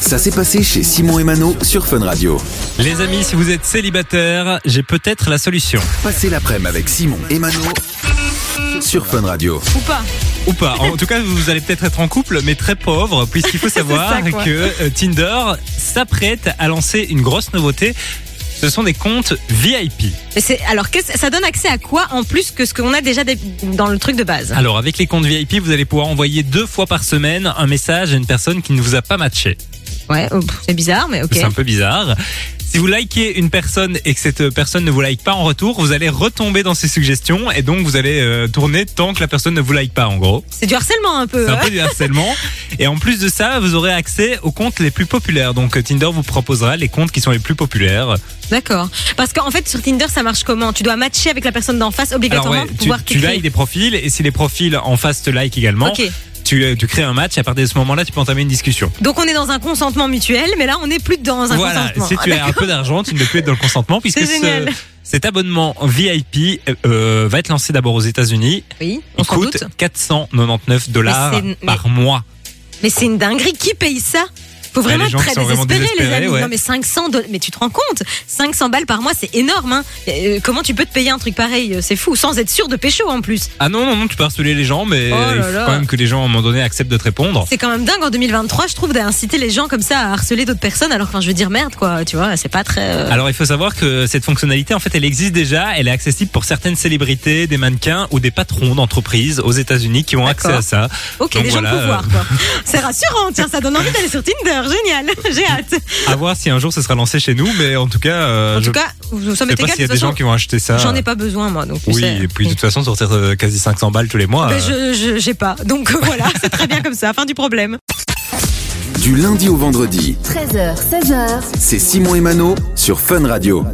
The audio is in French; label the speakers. Speaker 1: Ça s'est passé chez Simon et Mano sur Fun Radio.
Speaker 2: Les amis, si vous êtes célibataire, j'ai peut-être la solution.
Speaker 1: Passez l'après-midi avec Simon et Mano sur Fun Radio.
Speaker 3: Ou pas
Speaker 2: Ou pas. En tout cas, vous allez peut-être être en couple, mais très pauvre, puisqu'il faut savoir
Speaker 3: ça, quoi.
Speaker 2: que euh, Tinder s'apprête à lancer une grosse nouveauté. Ce sont des comptes VIP.
Speaker 3: Mais c'est- Alors, qu'est-ce- ça donne accès à quoi en plus que ce qu'on a déjà des- dans le truc de base
Speaker 2: Alors, avec les comptes VIP, vous allez pouvoir envoyer deux fois par semaine un message à une personne qui ne vous a pas matché.
Speaker 3: Ouais, oh, pff, c'est bizarre, mais ok.
Speaker 2: C'est un peu bizarre. Si vous likez une personne et que cette personne ne vous like pas en retour, vous allez retomber dans ses suggestions et donc vous allez euh, tourner tant que la personne ne vous like pas en gros.
Speaker 3: C'est du harcèlement un peu.
Speaker 2: C'est un
Speaker 3: hein.
Speaker 2: peu du harcèlement. Et en plus de ça, vous aurez accès aux comptes les plus populaires. Donc euh, Tinder vous proposera les comptes qui sont les plus populaires.
Speaker 3: D'accord. Parce qu'en fait, sur Tinder, ça marche comment Tu dois matcher avec la personne d'en face obligatoirement
Speaker 2: ouais,
Speaker 3: pour
Speaker 2: tu,
Speaker 3: pouvoir
Speaker 2: tu likes
Speaker 3: t'écrire.
Speaker 2: des profils et si les profils en face te like également,
Speaker 3: Ok.
Speaker 2: tu, euh, tu crées un match. Et à partir de ce moment-là, tu peux entamer une discussion.
Speaker 3: Donc, on est dans un consentement mutuel, mais là, on n'est plus dans un
Speaker 2: voilà.
Speaker 3: consentement. Ah,
Speaker 2: Si tu as un peu d'argent, tu ne peux plus être dans le consentement puisque
Speaker 3: C'est
Speaker 2: ce-
Speaker 3: génial.
Speaker 2: cet abonnement VIP euh, va être lancé d'abord aux États-Unis.
Speaker 3: Oui, on
Speaker 2: Il
Speaker 3: s'en doute.
Speaker 2: coûte 499 dollars
Speaker 3: Mais c'est- mais-
Speaker 2: par mois.
Speaker 3: Mais c'est une dinguerie. Qui paye ça faut
Speaker 2: Ouais,
Speaker 3: vraiment
Speaker 2: les gens
Speaker 3: être très
Speaker 2: qui sont
Speaker 3: désespéré,
Speaker 2: vraiment
Speaker 3: les
Speaker 2: désespérés,
Speaker 3: amis.
Speaker 2: ouais.
Speaker 3: Non, mais 500 dollars. Mais tu te rends compte 500 balles par mois, c'est énorme. Hein. Euh, comment tu peux te payer un truc pareil Euh, C'est fou, sans être sûr de pécho en plus.
Speaker 2: Ah non, non, non, tu peux harceler les gens, mais
Speaker 3: Oh là
Speaker 2: il faut
Speaker 3: là.
Speaker 2: quand même que les gens à un moment donné acceptent de te répondre.
Speaker 3: C'est quand même dingue en 2023, je trouve, d'inciter les gens comme ça à harceler d'autres personnes. Alors, quand je veux dire merde, quoi, tu vois, c'est pas très. euh,
Speaker 2: Alors il faut savoir que cette fonctionnalité, en fait, elle existe déjà. Elle est accessible pour certaines célébrités, des mannequins ou des patrons d'entreprises aux États-Unis qui ont accès
Speaker 3: D'accord.
Speaker 2: à ça.
Speaker 3: Ok,
Speaker 2: Donc
Speaker 3: les gens
Speaker 2: voilà,
Speaker 3: peuvent
Speaker 2: euh,
Speaker 3: voir, quoi. C'est rassurant, tiens, ça donne envie d'aller sur Tinder. Génial, j'ai hâte.
Speaker 2: euh, À voir si un jour ce sera lancé chez nous, mais en tout cas, euh,
Speaker 3: En
Speaker 2: je
Speaker 3: tout cas, nous sommes
Speaker 2: sais pas
Speaker 3: égal.
Speaker 2: s'il y a
Speaker 3: de
Speaker 2: des
Speaker 3: toute
Speaker 2: gens
Speaker 3: façon,
Speaker 2: qui vont acheter ça.
Speaker 3: J'en ai pas besoin, moi, donc tu
Speaker 2: Oui,
Speaker 3: sais.
Speaker 2: et puis de toute façon, sortir euh, quasi 500 balles tous les mois.
Speaker 3: Mais
Speaker 2: euh,
Speaker 3: je, je- j'ai pas. Donc euh, voilà, c'est très bien comme ça. Fin du problème.
Speaker 1: Du lundi au vendredi,
Speaker 4: 13h, 16h,
Speaker 1: c'est Simon et Mano sur Fun Radio.